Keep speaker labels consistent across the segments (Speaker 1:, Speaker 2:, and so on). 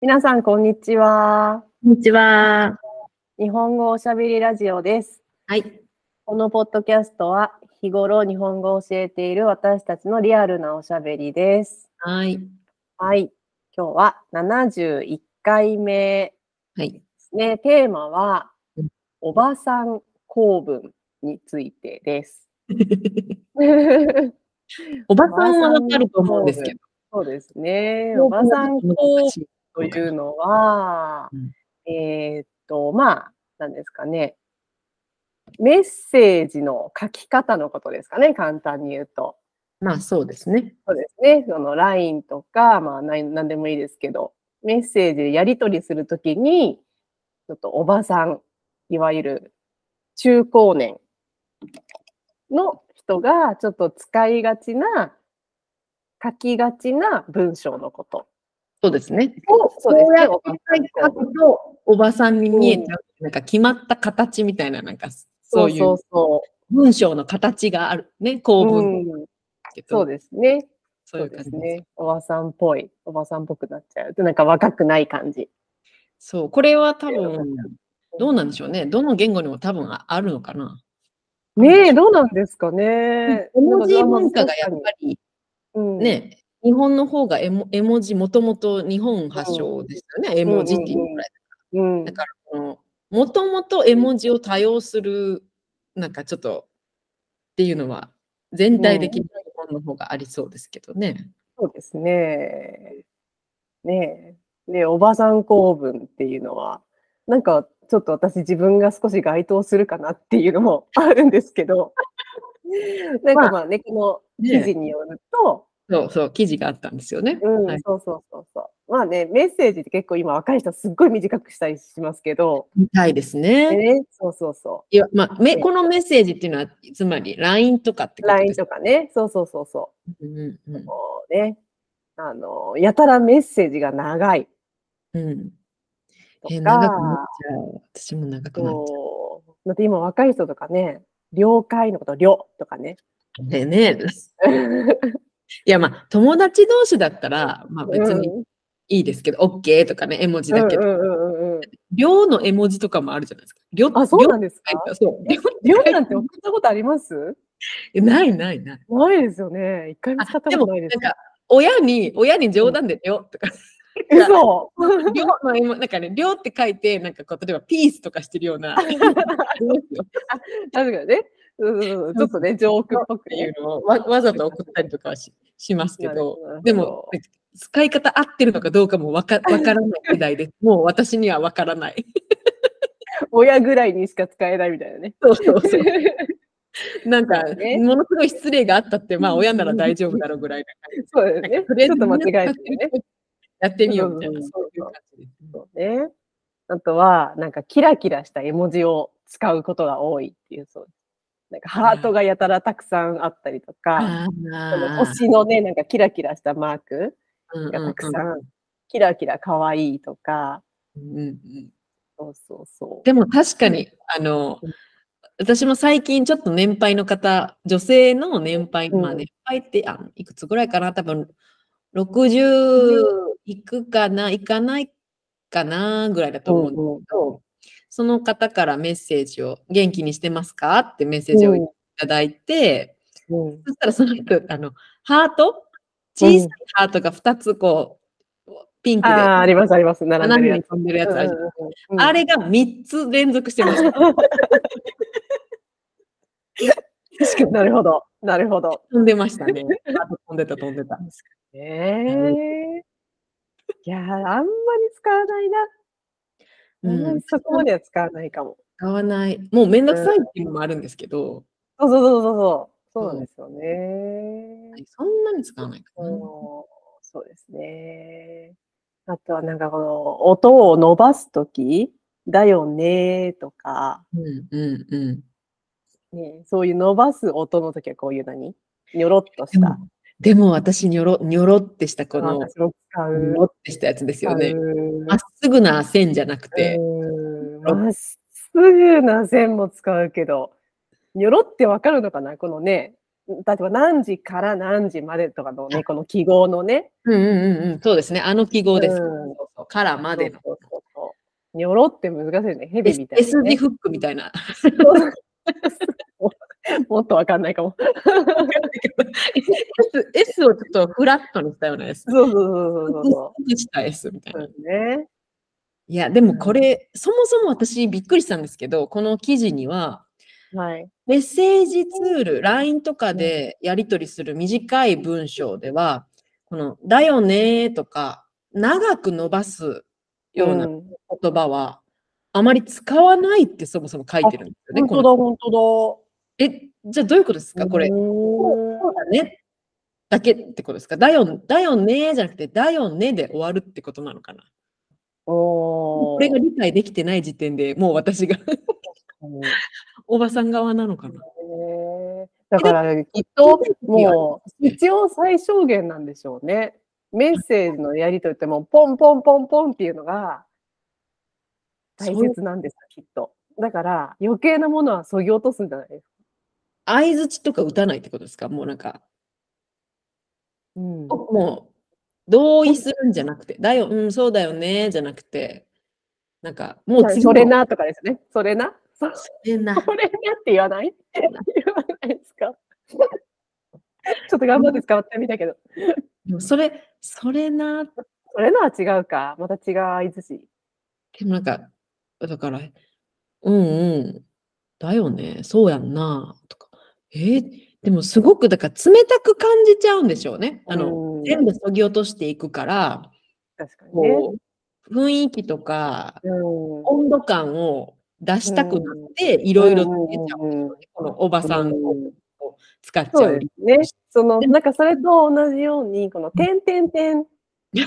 Speaker 1: 皆さん、こんにちは。
Speaker 2: こんにちは。
Speaker 1: 日本語おしゃべりラジオです。
Speaker 2: はい。
Speaker 1: このポッドキャストは、日頃日本語を教えている私たちのリアルなおしゃべりです。
Speaker 2: はい。
Speaker 1: はい。今日は71回目
Speaker 2: はい。
Speaker 1: ですね。テーマは
Speaker 2: うん、
Speaker 1: おばさん構文についてです。
Speaker 2: おばさんはわかると思うんですけど。
Speaker 1: そうですね。おばさん構文というのは
Speaker 2: うん、
Speaker 1: えーっと、まあ、なんですかね。メッセージの書き方のことですかね、簡単に言うと。
Speaker 2: まあそうですね。
Speaker 1: そうですね。その LINE とか、まあ、なんなんでもいいですけど、メッセージでやり取りするときに、ちょっとおばさん、いわゆる中高年の人が、ちょっと使いがちな、書きがちな文章のこと。
Speaker 2: そうですね。
Speaker 1: をそうですね。
Speaker 2: こ
Speaker 1: お
Speaker 2: う
Speaker 1: ば
Speaker 2: やっ
Speaker 1: さん
Speaker 2: て書くとおばさんに見えちゃう。なんか決まった形みたいな、なんかそうい
Speaker 1: そううそ
Speaker 2: 文章の形があるね。
Speaker 1: う
Speaker 2: 構
Speaker 1: そう。
Speaker 2: 文
Speaker 1: うん
Speaker 2: だけど
Speaker 1: そうですね。
Speaker 2: そ
Speaker 1: そう
Speaker 2: いうう
Speaker 1: で
Speaker 2: 感
Speaker 1: す
Speaker 2: じです。
Speaker 1: ね。おばさんっぽい。おばさんっぽくなっちゃう。なんか若くない感じ。
Speaker 2: そう。これは多
Speaker 1: そう
Speaker 2: 分、どうなんでしょうね。どの言語にも多分ああるのかな。
Speaker 1: ねえ、どうなんですかね。
Speaker 2: 絵文字
Speaker 1: なんか
Speaker 2: 文化がやっぱり
Speaker 1: うん
Speaker 2: ね、日本の方が絵も絵文字もともと日本発祥でしたよね。絵文字っていうぐらい。
Speaker 1: うん
Speaker 2: だもともと絵文字を多用する、なんかちょっとっていうのは、全体的に日本の方がありそうですけどね。
Speaker 1: そうですね。ねえ。で、おばさん構文っていうのは、なんかちょっと私自分が少し該当するかなっていうのもあるんですけ ど、なんかまあね、この記
Speaker 2: ね
Speaker 1: 事によると、
Speaker 2: そうそう、記事があったんですよね。
Speaker 1: うん、
Speaker 2: はい
Speaker 1: そうそうそうそう。まあね、メッセージって結構今若い人すっごい短くしたりしますけど、
Speaker 2: みたいですね。
Speaker 1: ね、そうそうそ
Speaker 2: いやまあ、め
Speaker 1: ね
Speaker 2: このメッセージっていうのは、つまり LINE とかって
Speaker 1: う。
Speaker 2: こと
Speaker 1: LINE
Speaker 2: です
Speaker 1: とかね、そうそうそうそう。
Speaker 2: うんうんうん
Speaker 1: もうね、あの、やたらメッセージが長い
Speaker 2: うん
Speaker 1: と
Speaker 2: え長くなっ
Speaker 1: か、
Speaker 2: ちゃう。私も長くなっちゃ
Speaker 1: そうだって今若い人とかね、了解のこと、了とか ね。
Speaker 2: う。でね。いや、まあ、友達同士だったら、まあ、別に
Speaker 1: うん
Speaker 2: いいですけど、OK とかね、絵文字だけ
Speaker 1: う
Speaker 2: ど、
Speaker 1: んうんうんうんうん
Speaker 2: 量の絵文字とかもあるじゃないですか。量
Speaker 1: あ、そうなん ですか
Speaker 2: 量そう。量
Speaker 1: 了なんて送ったことあります
Speaker 2: えないないない。
Speaker 1: ないですよね。一回も使った
Speaker 2: で
Speaker 1: こ
Speaker 2: も
Speaker 1: とない
Speaker 2: なん
Speaker 1: です。
Speaker 2: か親に親に冗談で量とか
Speaker 1: え嘘
Speaker 2: 量の絵文なんかね量って書いてなんかこう例えばピースとかしてるような ありますよっ
Speaker 1: 確かにね。うんうんうんちょっとね、ジョークっぽく
Speaker 2: てい
Speaker 1: ね
Speaker 2: うのをわわざと送ったりとかはししますけ
Speaker 1: なるほ
Speaker 2: ど
Speaker 1: どなるほど
Speaker 2: でもなんか使い方合ってるのかどうかもわかわからない世 代ですもう私にはわからない。
Speaker 1: 親ぐらいにしか使えないみたいな ね。
Speaker 2: そうそうそう なんか、
Speaker 1: ね
Speaker 2: ものすごい失礼があったってまあ親なら大丈夫だろうぐらい
Speaker 1: そうだよ
Speaker 2: な感じ
Speaker 1: ね。
Speaker 2: とりあ
Speaker 1: ち
Speaker 2: えず
Speaker 1: ょっと間違えてね。
Speaker 2: やってみようみたいな
Speaker 1: うんうんうん
Speaker 2: そういう感じですね。
Speaker 1: そうね。あとは、なんかキラキラした絵文字を使うことが多いっていう、そうなんかハートがやたらたくさんあったりとか、
Speaker 2: あ
Speaker 1: その
Speaker 2: あ
Speaker 1: 星のね、なんかキラキラしたマーク
Speaker 2: うん
Speaker 1: がたくさん、
Speaker 2: うん
Speaker 1: キラキラ可愛いとか、
Speaker 2: うんうんうん
Speaker 1: そうそうそう。
Speaker 2: でも確かに、あの
Speaker 1: うん、
Speaker 2: 私も最近ちょっと年配の方、女性の年配、
Speaker 1: うん
Speaker 2: まあ年配ってあのいくつぐらいかな、多分60いくかな、いかないかなぐらいだと思うんです
Speaker 1: うんうん
Speaker 2: けど、その方からメッセージを、元気にしてますかってメッセージをいただい
Speaker 1: うんう
Speaker 2: て、
Speaker 1: ん
Speaker 2: そしたらその人、あの、ハート小さいハートが2つこう、ピンクで
Speaker 1: ああ、ありますあります。並んで
Speaker 2: 斜
Speaker 1: る
Speaker 2: め
Speaker 1: や
Speaker 2: に
Speaker 1: つ。
Speaker 2: 飛んでるやつあるじゃないですか
Speaker 1: うんうんうん
Speaker 2: あれが3つ連続してました。 確か に
Speaker 1: なるほど。なるほど。
Speaker 2: 飛んでましたね。あ と飛んでた飛んでた。
Speaker 1: ねえ。いやー、あんまり使わないな。あんまりそこまでは使わないかも。
Speaker 2: 使わない。もうめんどくさいっていうのもあるんですけど、
Speaker 1: そうそうそうそうそう。そう
Speaker 2: う
Speaker 1: なんんですよね。
Speaker 2: そんなに使わないか
Speaker 1: あ
Speaker 2: な。
Speaker 1: のそうですね。あとはなんかこの音を伸ばすときだよねとか、
Speaker 2: うんうんうん。
Speaker 1: ね、そういう伸ばす音のときはこういう何にょろっと
Speaker 2: で
Speaker 1: し
Speaker 2: も
Speaker 1: た。
Speaker 2: でも私にょろ、にょろってしたこの、
Speaker 1: 私も使
Speaker 2: にょ
Speaker 1: う。
Speaker 2: ろってしたやつですよね。
Speaker 1: うん
Speaker 2: まっすぐな線じゃなくて、
Speaker 1: うんまっすぐな線も使うけど、にょろってわかるのかなこのね、例えば何時から何時までとかのね、この記号のね、
Speaker 2: うんうんうんうん。そうですね。あの記号で
Speaker 1: う
Speaker 2: す。
Speaker 1: ん
Speaker 2: そうそうからまでの。
Speaker 1: そうそうそうにょろって難しいですね。ヘビ
Speaker 2: S,
Speaker 1: みたいな
Speaker 2: S
Speaker 1: ね、
Speaker 2: 字フックみたいな。
Speaker 1: もっとわかんないかも。
Speaker 2: S, S をちょっとフラットにしたよう なやつ。
Speaker 1: そうそうそうそうそ。
Speaker 2: した S みたいうな。
Speaker 1: そうね。
Speaker 2: いや、でもこれ、そもそも私びっくりしたんですけど、この記事には、
Speaker 1: はい。
Speaker 2: メッセージツール、LINE とかでやり取りする短い文章では、この、だよねーとか、長く伸ばすようなん言葉は、あまり使わないってそもそも書いてるんですよね。
Speaker 1: 本
Speaker 2: こ
Speaker 1: 当だ、
Speaker 2: の
Speaker 1: 本当
Speaker 2: え、じゃあどういうことですか
Speaker 1: だ。
Speaker 2: これ
Speaker 1: う、ーん
Speaker 2: そうだねだけってことですかだよだよねーじゃなくて、だよねで終わるってことなのかな
Speaker 1: お
Speaker 2: これが理解できてない時点でもう私が
Speaker 1: ー
Speaker 2: おばさん側なのかな。
Speaker 1: へーだからきっともう必要最小限なんでしょうね。メッセージのやり取りってもうポンポンポンポンっていうのが大切なんですきっと。だから余計なものはそぎ落とすんじゃないですか。
Speaker 2: 相づちとか打たないってことですかもうなんか、
Speaker 1: うん
Speaker 2: もう同意するんじゃなくて、だよ、うん、そうだよね、じゃなくて、なんか、もう次
Speaker 1: それ
Speaker 2: の、
Speaker 1: なとかですね。それな。そ
Speaker 2: それな。
Speaker 1: それなって言わない 言わないですかちょっと頑張って使ってみたけど。
Speaker 2: でもそれ、それな、
Speaker 1: それなは違うか。また違う相づち。
Speaker 2: でもなんか、だから、うんうん、だよね、そうやんな、とか。えーでもすごく、だから冷たく感じちゃうんでしょうね。あ
Speaker 1: う
Speaker 2: の、
Speaker 1: ん
Speaker 2: 全部そぎ落としていくから、
Speaker 1: 確かにね。
Speaker 2: こう、雰囲気とか
Speaker 1: うん
Speaker 2: 温度感を出したくなって、い
Speaker 1: い
Speaker 2: ろいろつけちゃう。
Speaker 1: うん
Speaker 2: このおばさんを
Speaker 1: うん
Speaker 2: 使っちゃ
Speaker 1: そう
Speaker 2: う
Speaker 1: ですね。その、なんかそれと同じように、この、てんてんてん、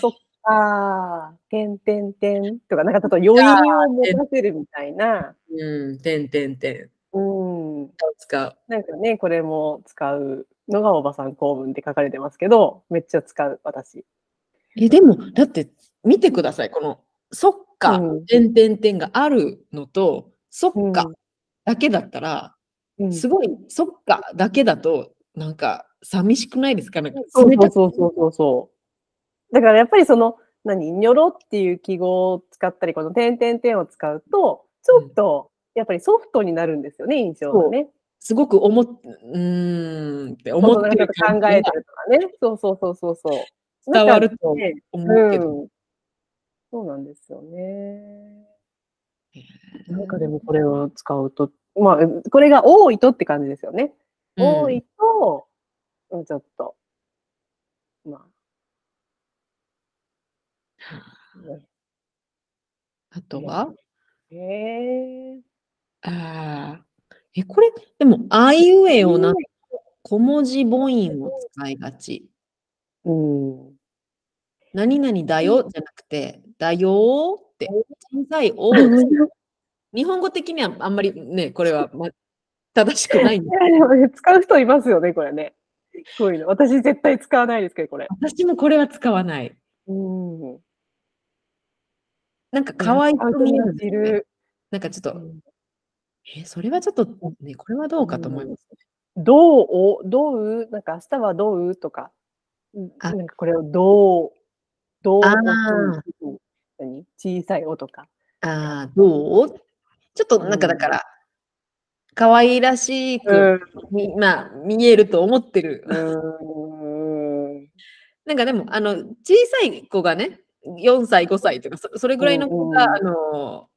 Speaker 1: そっかー、てんてんてんとか、なんかちょっと余韻を持たせるみたいな、
Speaker 2: うん、てんてんてん。
Speaker 1: うん。
Speaker 2: 使う。
Speaker 1: なんかね、これも使うのがおばさん公文って書かれてますけど、めっちゃ使う、私。
Speaker 2: え、でも、だって、見てください。この、そっか
Speaker 1: うん、
Speaker 2: てんてんてんがあるのと、そっか
Speaker 1: うん
Speaker 2: だけだったら、
Speaker 1: うん
Speaker 2: すごい、そっかだけだと、なんか、寂しくないですかなんか、
Speaker 1: そう
Speaker 2: 冷たく
Speaker 1: そうそうそうそう。だからやっぱりその、何、にょろっていう記号を使ったり、この点々点を使うと、ちょっと、やっぱりソフトになるんですよね、印象がね。
Speaker 2: すごく思っ、うーんって思
Speaker 1: 思
Speaker 2: っ
Speaker 1: ってて
Speaker 2: る
Speaker 1: 考
Speaker 2: 感じが
Speaker 1: えてるとかね。そうそうそうそうそう。
Speaker 2: 伝わると
Speaker 1: ね
Speaker 2: 思う
Speaker 1: う
Speaker 2: け
Speaker 1: ん
Speaker 2: ど。。
Speaker 1: そうなんですよね。
Speaker 2: うん
Speaker 1: なんかでもこれを使うと、まあ、これが多いとって感じですよね。
Speaker 2: うん
Speaker 1: 多いと、うん、ちょっと、まあ。
Speaker 2: あとは、
Speaker 1: へえ。
Speaker 2: あーえ、これ、でも、あいうえおな
Speaker 1: うん
Speaker 2: 小文字母音を使いがち。
Speaker 1: うん。
Speaker 2: 何々だよじゃなくて、だよーって、小さいおを、日本語的にはあんまりね、これは、ま、正しくないんで
Speaker 1: いやでもね使う人いますよね、これね。こういうの。私絶対使わないですけど、これ。
Speaker 2: 私もこれは使わない。
Speaker 1: うん。
Speaker 2: なんか可愛く見えるんです
Speaker 1: い
Speaker 2: よね、
Speaker 1: る。
Speaker 2: なんかちょっと、え、それはちょっと、ね、これはどうかと思いますね。
Speaker 1: どうを、どう、なんか明日はどうとか、うん
Speaker 2: あ
Speaker 1: なんかこれをどう、どう
Speaker 2: あー
Speaker 1: 音、何小さい音か。
Speaker 2: ああ、どうちょっとなんかだから、可愛らしく、
Speaker 1: うん。
Speaker 2: みまあ、見えると思ってる。
Speaker 1: うん。
Speaker 2: なんかでも、あの、小さい子がね、4歳、5歳とか、そそれぐらいの子が、
Speaker 1: うん
Speaker 2: あの、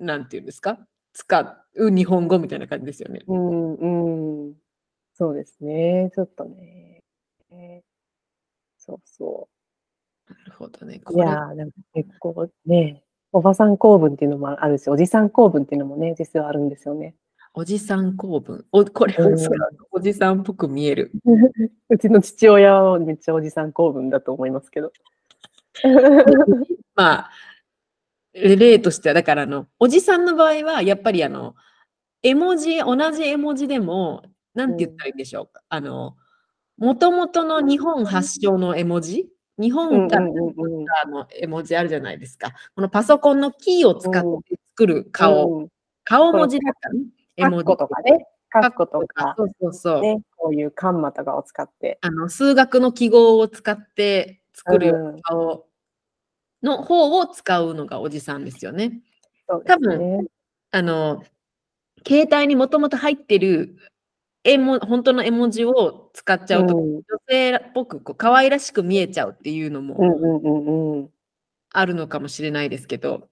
Speaker 2: なんていうんですか、使う日本語みたいな感じですよね。
Speaker 1: うん、うん。そうですね。ちょっとね。ねそうそ
Speaker 2: なるほどね。
Speaker 1: う。い
Speaker 2: これ
Speaker 1: やー、なんか結構ね、おばさん公文っていうのもあるし、おじさん公文っていうのもね、実はあるんですよね。
Speaker 2: おじさん構文。おこれ
Speaker 1: うん
Speaker 2: はそうだおじさんっぽく見える。
Speaker 1: うちの父親はめっちゃおじさん公文だと思いますけど。
Speaker 2: まあ、例としては、だからあの、おじさんの場合は、やっぱりあの、絵文字、同じ絵文字でも、なんて言ったらいいんでしょうか。あの、もともとの日本発祥の絵文字
Speaker 1: う
Speaker 2: 日
Speaker 1: ん
Speaker 2: 本
Speaker 1: う
Speaker 2: から
Speaker 1: んうんうん
Speaker 2: あの絵文字あるじゃないですか。このパソコンのキーを使っ
Speaker 1: うん
Speaker 2: て作る顔、
Speaker 1: うん
Speaker 2: 顔文字だったね。絵
Speaker 1: カッ
Speaker 2: 文字
Speaker 1: コとかね。カッコとか。
Speaker 2: そうそうそう。
Speaker 1: ね、こういうカンマとかを使って。
Speaker 2: あの数学の記号を使って作るような顔の方を使うのがおじさんですよね。
Speaker 1: そうですね
Speaker 2: 多あの携帯にもともと入ってる絵も本当の絵文字を使っちゃうと、
Speaker 1: うん
Speaker 2: 女性っぽくこう可愛らしく見えちゃうっていうの
Speaker 1: う
Speaker 2: も
Speaker 1: んうんうんうん。
Speaker 2: あるのかもしれないですけど、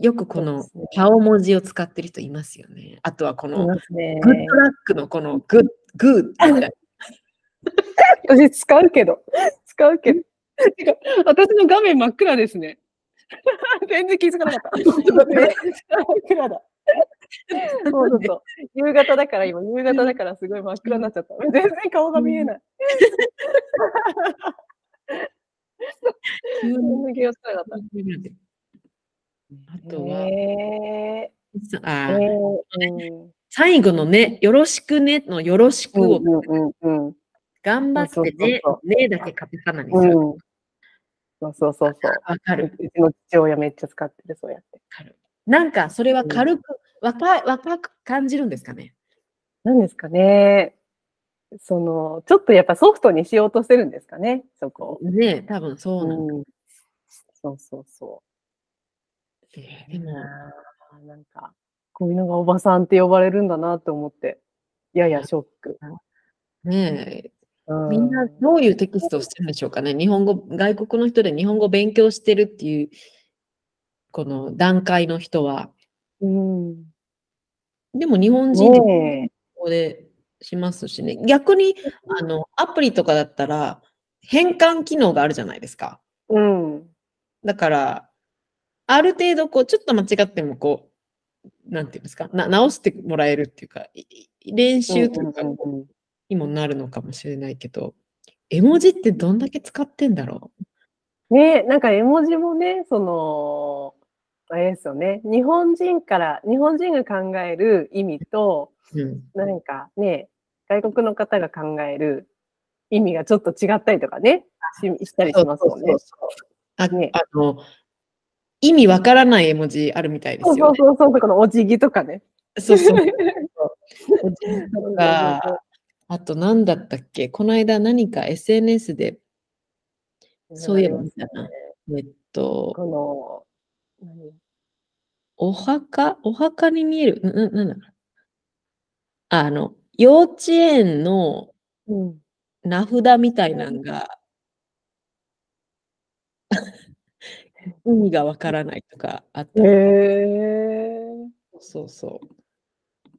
Speaker 2: よくこ
Speaker 1: そう
Speaker 2: の
Speaker 1: ですね
Speaker 2: 顔文字を使ってる人いますよね。あとはこ
Speaker 1: い
Speaker 2: の
Speaker 1: ますね。
Speaker 2: グッドラックのこのグッグッみたいな。
Speaker 1: 私使うけど、使うけど。てか、私の画面真っ暗ですね。 全然気づかなか った。
Speaker 2: 本当だね
Speaker 1: めっちゃ真っ暗だ。そうそうそう。夕方だから今、夕方だからすごい真っ暗になっちゃった。全然顔が見えない。全
Speaker 2: 急に
Speaker 1: 然気がつかなかっ
Speaker 2: あ
Speaker 1: た。
Speaker 2: とは、
Speaker 1: え
Speaker 2: さ
Speaker 1: ー、
Speaker 2: あー
Speaker 1: えー、うん
Speaker 2: 最後のね、よろしくねのよろしくを
Speaker 1: うんうんうん
Speaker 2: 頑張ってね
Speaker 1: そうそうそ、
Speaker 2: ねだけカタカナにす
Speaker 1: う
Speaker 2: る。
Speaker 1: ん。うん。そうそうそうそう。
Speaker 2: わか
Speaker 1: う
Speaker 2: る。
Speaker 1: ちの父親めっちゃ使ってる、そうやって。
Speaker 2: なんかそれは軽く、若い若く感じるんですかね。
Speaker 1: なんですかね。その、ちょっとやっぱソフトにしようとしてるんですかね、そこを。
Speaker 2: ね多分そうなん
Speaker 1: うん、そうそうそ
Speaker 2: で,、
Speaker 1: う。
Speaker 2: でも、
Speaker 1: あーなんか、こういうのがおばさんって呼ばれるんだなと思って、ややショック。
Speaker 2: ねえ
Speaker 1: う
Speaker 2: みんなどういうテキストをしてるんでしょうかね。日本語、外国の人で日本語を勉強してるっていう、この段階の人は、
Speaker 1: うん、
Speaker 2: でも日本人でも
Speaker 1: ね
Speaker 2: ここでしますしね。逆に、あの、アプリとかだったら、変換機能があるじゃないですか。
Speaker 1: えうん。
Speaker 2: だから、ある程度、こう、ちょっと間違っても、こう、なんていうんですか、な直してもらえるっていうか、いい練習というか、
Speaker 1: うんうんうん
Speaker 2: にもなるのかもしれないけど、絵文字ってどんだけ使ってんだろ
Speaker 1: ねえ、なんか絵文字もね、その、あれですよね、日本人から、日本人が考える意味と、
Speaker 2: う。うん。
Speaker 1: なんかね、外国の方が考える意味がちょっと違ったりとかね、ししたりしますもんね。
Speaker 2: あ
Speaker 1: ね
Speaker 2: あの、意味わからない絵文字あるみたいで
Speaker 1: そう
Speaker 2: す
Speaker 1: そ
Speaker 2: よ
Speaker 1: うそうそう、このお辞儀とかね。
Speaker 2: ね。そうそう。おじいとかあと何だったっけこの間何か SNS で、そういえば見たな。えっと、
Speaker 1: この、何
Speaker 2: お墓お墓に見えるな、な、なんだあの、幼稚園の
Speaker 1: うん、
Speaker 2: 名札みたいなんが、 意味がわからないとかあった。
Speaker 1: へ
Speaker 2: そうそう。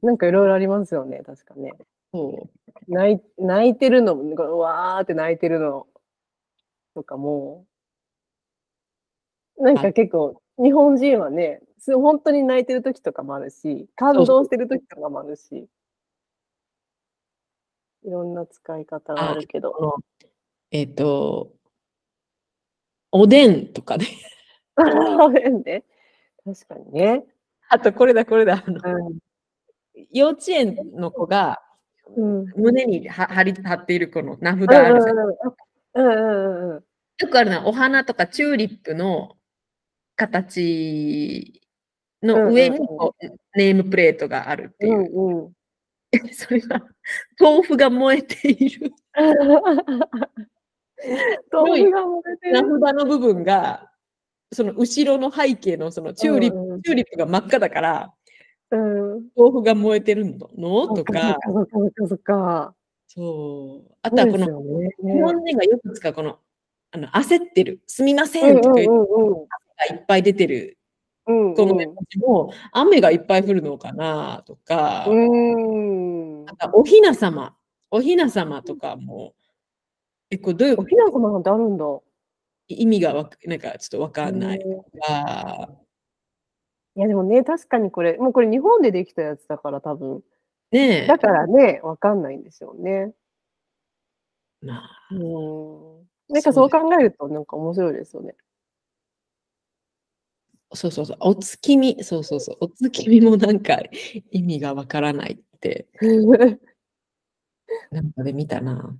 Speaker 1: ー、なんかいろいろありますよね、確かね。
Speaker 2: そう
Speaker 1: 泣い泣いてるのも、このわーって泣いてるのとかも、なんか結構、日本人はね、す本当に泣いてる時とかもあるし、感動してる時とかもあるし、いろんな使い方があるけど。
Speaker 2: えっと、おでんとかね。
Speaker 1: ごめんね。確かにね。
Speaker 2: あと、これだ、これだ。あの
Speaker 1: う
Speaker 2: 幼稚園の子が、
Speaker 1: ん。うん。
Speaker 2: 胸には貼り貼っているこの名札
Speaker 1: うん
Speaker 2: あるじゃん。
Speaker 1: うんうんうん。
Speaker 2: よくあるのはお花とかチューリップの形の上に
Speaker 1: うんうんうん
Speaker 2: こうネームプレートがあるって
Speaker 1: う
Speaker 2: い
Speaker 1: ん
Speaker 2: う。
Speaker 1: うん。
Speaker 2: それは豆腐が燃えている
Speaker 1: 豆腐が漏れて
Speaker 2: 名
Speaker 1: る。
Speaker 2: 札の部分がその後ろの背景のそのチューリップ、
Speaker 1: プ。
Speaker 2: チューリップが真っ赤だから
Speaker 1: うん。
Speaker 2: 豆腐が燃えてるののとか
Speaker 1: そっかそっかそっか。
Speaker 2: そうあ
Speaker 1: あ
Speaker 2: とはこの日
Speaker 1: の。
Speaker 2: 本人がよく使うこのあの焦ってるすみませ
Speaker 1: うん
Speaker 2: んとか
Speaker 1: う
Speaker 2: 言って
Speaker 1: んうん
Speaker 2: いっぱい出てる
Speaker 1: うん。
Speaker 2: この絵文字も雨がいっぱい降るのかなとか、
Speaker 1: うん。うん。
Speaker 2: あとおひなさま、おひなさまとかも、え、これどういう
Speaker 1: おひな様なんてあるんだ。
Speaker 2: 意味がわかなんかちょっとわかんない
Speaker 1: うん
Speaker 2: とか、
Speaker 1: いやでもね、確かにこれ、もうこれ日本でできたやつだから多分。
Speaker 2: ね
Speaker 1: だからね、わかんないんですよね。
Speaker 2: え、まあ、
Speaker 1: うん。なんかそう考えるとなんか面白いです よね。
Speaker 2: そうそうそう、お月見、そうそうそう、お月見もなんか意味がわからないって、なんかで見たな。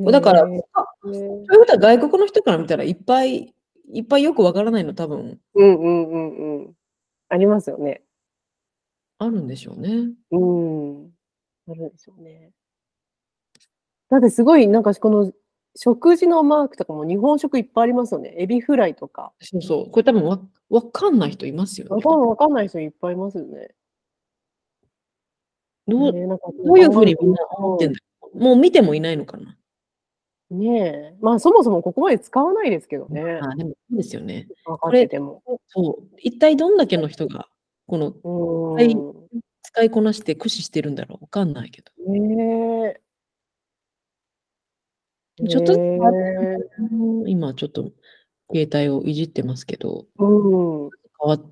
Speaker 2: だから、
Speaker 1: ね
Speaker 2: そういうことは外国の人から見たらいっぱいいっぱいよくわからないの多分
Speaker 1: うんうんうんうん。ありますよね。
Speaker 2: あるんでしょうね。
Speaker 1: うん。あるでしょうね。だってすごい、なんかこの食事のマークとかも日本食いっぱいありますよね。エビフライとか。
Speaker 2: そうそう。これ多分わ、わかんない人いますよ
Speaker 1: わ
Speaker 2: ね。
Speaker 1: かんわかんない人いっぱいいますよね。
Speaker 2: どう、
Speaker 1: ねなんか
Speaker 2: どういうふうにみんな思ってんだろうもう見てもいないのかな。
Speaker 1: ねえ。まあそもそもここまで使わないですけどね。
Speaker 2: あでも、そうですよね。
Speaker 1: 分かってても。
Speaker 2: そう。一体どんだけの人が、この、
Speaker 1: うーん。
Speaker 2: はい使いこなして駆使してるんだろうわかんないけど。
Speaker 1: ねえ。
Speaker 2: ちょっとずつ変わって
Speaker 1: ねえ
Speaker 2: うん今ちょっと携帯をいじってますけど、
Speaker 1: うん。
Speaker 2: 変わっ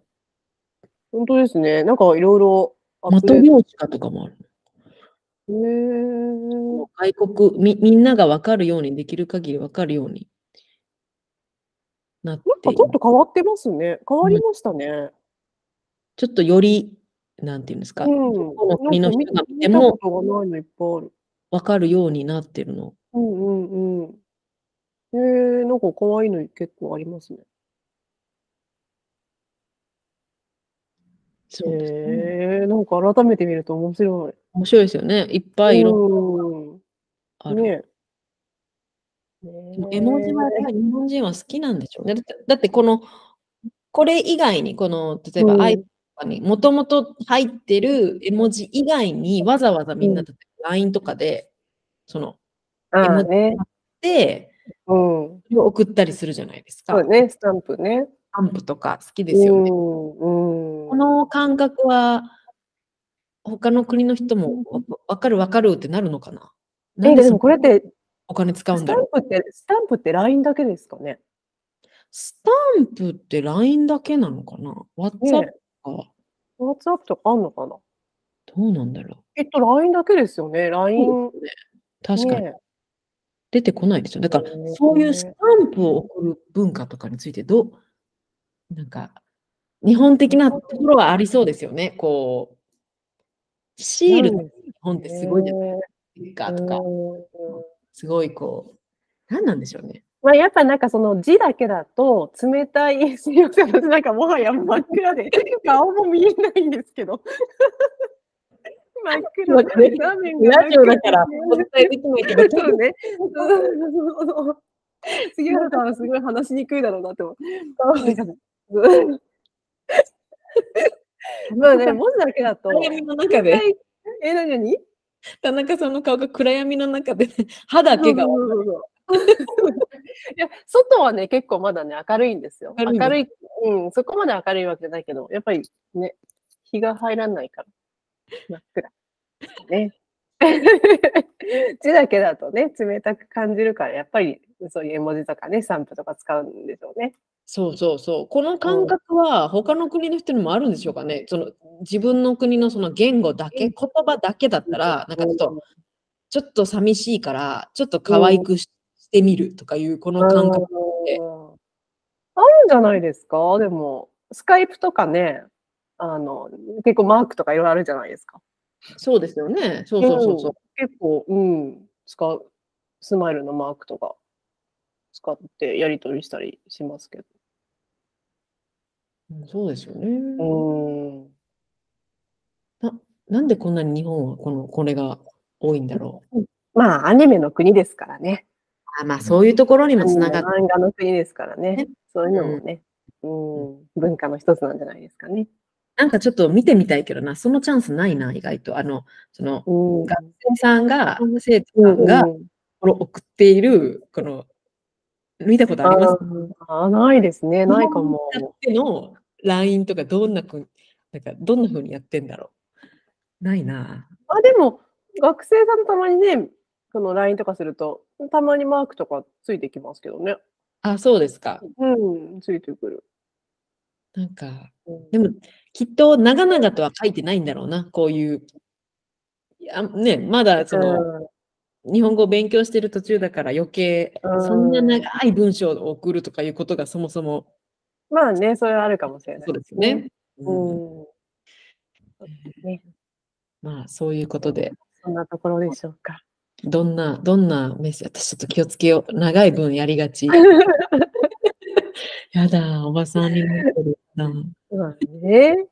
Speaker 1: 本当ですね。なんかいろいろアッ
Speaker 2: マ
Speaker 1: プ
Speaker 2: ト
Speaker 1: デー
Speaker 2: リョーチカとかもある。
Speaker 1: ト。へえ。
Speaker 2: 外国み、みんなが分かるように、できる限り分かるようになって
Speaker 1: なんか
Speaker 2: い
Speaker 1: ちょっ
Speaker 2: ます
Speaker 1: と変わってますね。変わりましたね。
Speaker 2: ちょっとより、なんていうんですか、
Speaker 1: うん。
Speaker 2: どこの国の人
Speaker 1: なん
Speaker 2: が
Speaker 1: か見
Speaker 2: 見て
Speaker 1: 見た
Speaker 2: も
Speaker 1: ことがないのいっぱいある。
Speaker 2: 分かるようになってるの。
Speaker 1: うんうんうん。へえ、なんか可愛いの結構ありますね。
Speaker 2: そうですね。
Speaker 1: へえ、なんか改めて見ると面白い。
Speaker 2: 面白いですよね。いっぱいいろいろ
Speaker 1: ろ
Speaker 2: ある。
Speaker 1: ねえ。
Speaker 2: でも絵文字はやっぱり日本人は好きなんでしょうね。だって、だってこの、これ以外に、この、例え
Speaker 1: うん
Speaker 2: ば、アイとかに、もともと入ってる絵文字以外に、わざわざみんな、
Speaker 1: うん
Speaker 2: 例えば LINE とかで、その、
Speaker 1: あ
Speaker 2: 絵
Speaker 1: あ
Speaker 2: 文字
Speaker 1: ね。
Speaker 2: で、
Speaker 1: うん。
Speaker 2: それを送ったりするじゃないですか。
Speaker 1: そうね、スタンプね。
Speaker 2: スタンプとか好きですよね。
Speaker 1: うん。
Speaker 2: この感覚は、他の国の人もわわかるわかるってなるのかな
Speaker 1: うん、
Speaker 2: なん
Speaker 1: え、
Speaker 2: で
Speaker 1: でも
Speaker 2: その
Speaker 1: これって、
Speaker 2: お金使う
Speaker 1: ス
Speaker 2: ん
Speaker 1: タ
Speaker 2: だ
Speaker 1: ン
Speaker 2: ろう
Speaker 1: プって、スタンプって LINE だけですかね。
Speaker 2: スタンプって LINE だけなのかな ?WhatsApp
Speaker 1: ね
Speaker 2: は
Speaker 1: WhatsApp とかあんのかな
Speaker 2: どうなんだろう
Speaker 1: きっと LINE だけですよね。LINE。
Speaker 2: 確かに
Speaker 1: ね
Speaker 2: 出てこないですよ。だから
Speaker 1: うん、
Speaker 2: そういうスタンプを送る文化とかについて、どう、なんか、日本的なところはありそうですよね。こう、シール、
Speaker 1: な
Speaker 2: 日
Speaker 1: ん
Speaker 2: 本ってすごいじゃない
Speaker 1: ね
Speaker 2: ですか、とか、
Speaker 1: うん
Speaker 2: すごいこう、なんなんでしょうね。
Speaker 1: まあ、やっぱなんかその字だけだと冷たい、 すいません、私なんかもはや真っ暗で、顔も見えないんですけど。 真っ
Speaker 2: わ
Speaker 1: 暗
Speaker 2: かる
Speaker 1: で、画面が
Speaker 2: ラジオだから、お伝えできないけど、
Speaker 1: そうね。うん 杉原さんはすごい話しにくいだろうなって思う。うん まあね、文字だけ だと。
Speaker 2: 暗闇の中で、
Speaker 1: え、なになに
Speaker 2: 田中さんの顔が暗闇の中で、 肌だけが
Speaker 1: そう そうそうそういや外はね結構まだね明るいんですよ
Speaker 2: 明
Speaker 1: 明
Speaker 2: る
Speaker 1: る
Speaker 2: い
Speaker 1: い
Speaker 2: んだ
Speaker 1: うん、そこまで明るいわけじゃないけどやっぱりね日が入らないから真っ暗ね 字だけだとね冷たく感じるからやっぱりそういう絵文字とかねスタンプとか使うんでしょうね
Speaker 2: そうそうそう。この感覚は他の国の人にもあるんでしょうかね。その自分の国のその言語だけ、言葉だけだったら、なんかちょっと、ちょっと寂しいから、ちょっと可愛くししてみるとかいうこの感覚。て
Speaker 1: うんあるんじゃないですかでもスカイプとかねあの結構マークとかいろいろあるじゃないですか
Speaker 2: そうですよね。そうそうそうそう。
Speaker 1: うん結構、うん、使う、スマイルのマークとか使ってやり取りしたりしますけ
Speaker 2: うんそうですよね。
Speaker 1: ど。
Speaker 2: なんでこんなに日本はこのこれが多いんだろう。
Speaker 1: まあ、アニメの国ですからね。
Speaker 2: あまあそういうところに
Speaker 1: ア
Speaker 2: も
Speaker 1: ニ
Speaker 2: つ
Speaker 1: メ
Speaker 2: ながっ
Speaker 1: 漫画の国ですからね
Speaker 2: ね。
Speaker 1: そういうのもね、うん、文化の一つなんじゃないですかね。
Speaker 2: なんかちょっと見てみたいけどな、そのチャンスないな、意外と。あの、その、
Speaker 1: うん。
Speaker 2: 学生さんが
Speaker 1: う、
Speaker 2: 生徒さんが、
Speaker 1: うん
Speaker 2: この送っている、この、見たことあります
Speaker 1: あーないですね。ないかも。
Speaker 2: 日本だっての LINE とかどんなふうなんかどんなふうにやってんだろう。ないなぁ。
Speaker 1: あ、でも、学生さんとたまにね、この LINE とかすると、たまにマークとかついてきますけどね。
Speaker 2: あ、そうですか。
Speaker 1: うん、ついてくる。
Speaker 2: なんか、
Speaker 1: うん
Speaker 2: でも、きっと長々とは書いてないんだろうな、こういう。いやね、まだその、
Speaker 1: うん
Speaker 2: 日本語を勉強してる途中だから余計、
Speaker 1: うん
Speaker 2: そんな長い文章を送るとかいうことがそもそも、
Speaker 1: まあね、それはあるかもしれない。
Speaker 2: そうですよね。
Speaker 1: う
Speaker 2: うん
Speaker 1: ん。ね、
Speaker 2: まあ、そういうことで、
Speaker 1: そんなところでしょう か。
Speaker 2: どんな、どんなメッセージ、私ちょっと気をつけよう。長い分やりがち。やだ、おばさんになってるな。
Speaker 1: まあね。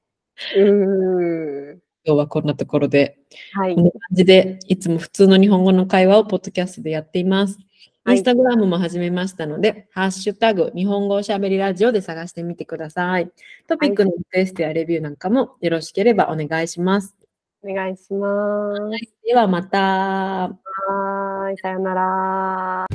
Speaker 1: うーん。
Speaker 2: 今日はこんなところで。
Speaker 1: はい
Speaker 2: こん。な感じで、いつも普通の日本語の会話をポッドキャストでやっています。
Speaker 1: は
Speaker 2: イ
Speaker 1: い
Speaker 2: ンスタグラムも始めましたので、ハッシュタグ、日本語おしゃべりラジオで探してみてください。トピックのリクエストやレビューなんかもよろしければお願いします。
Speaker 1: お願いします。
Speaker 2: ではまた。
Speaker 1: はーい。さよなら。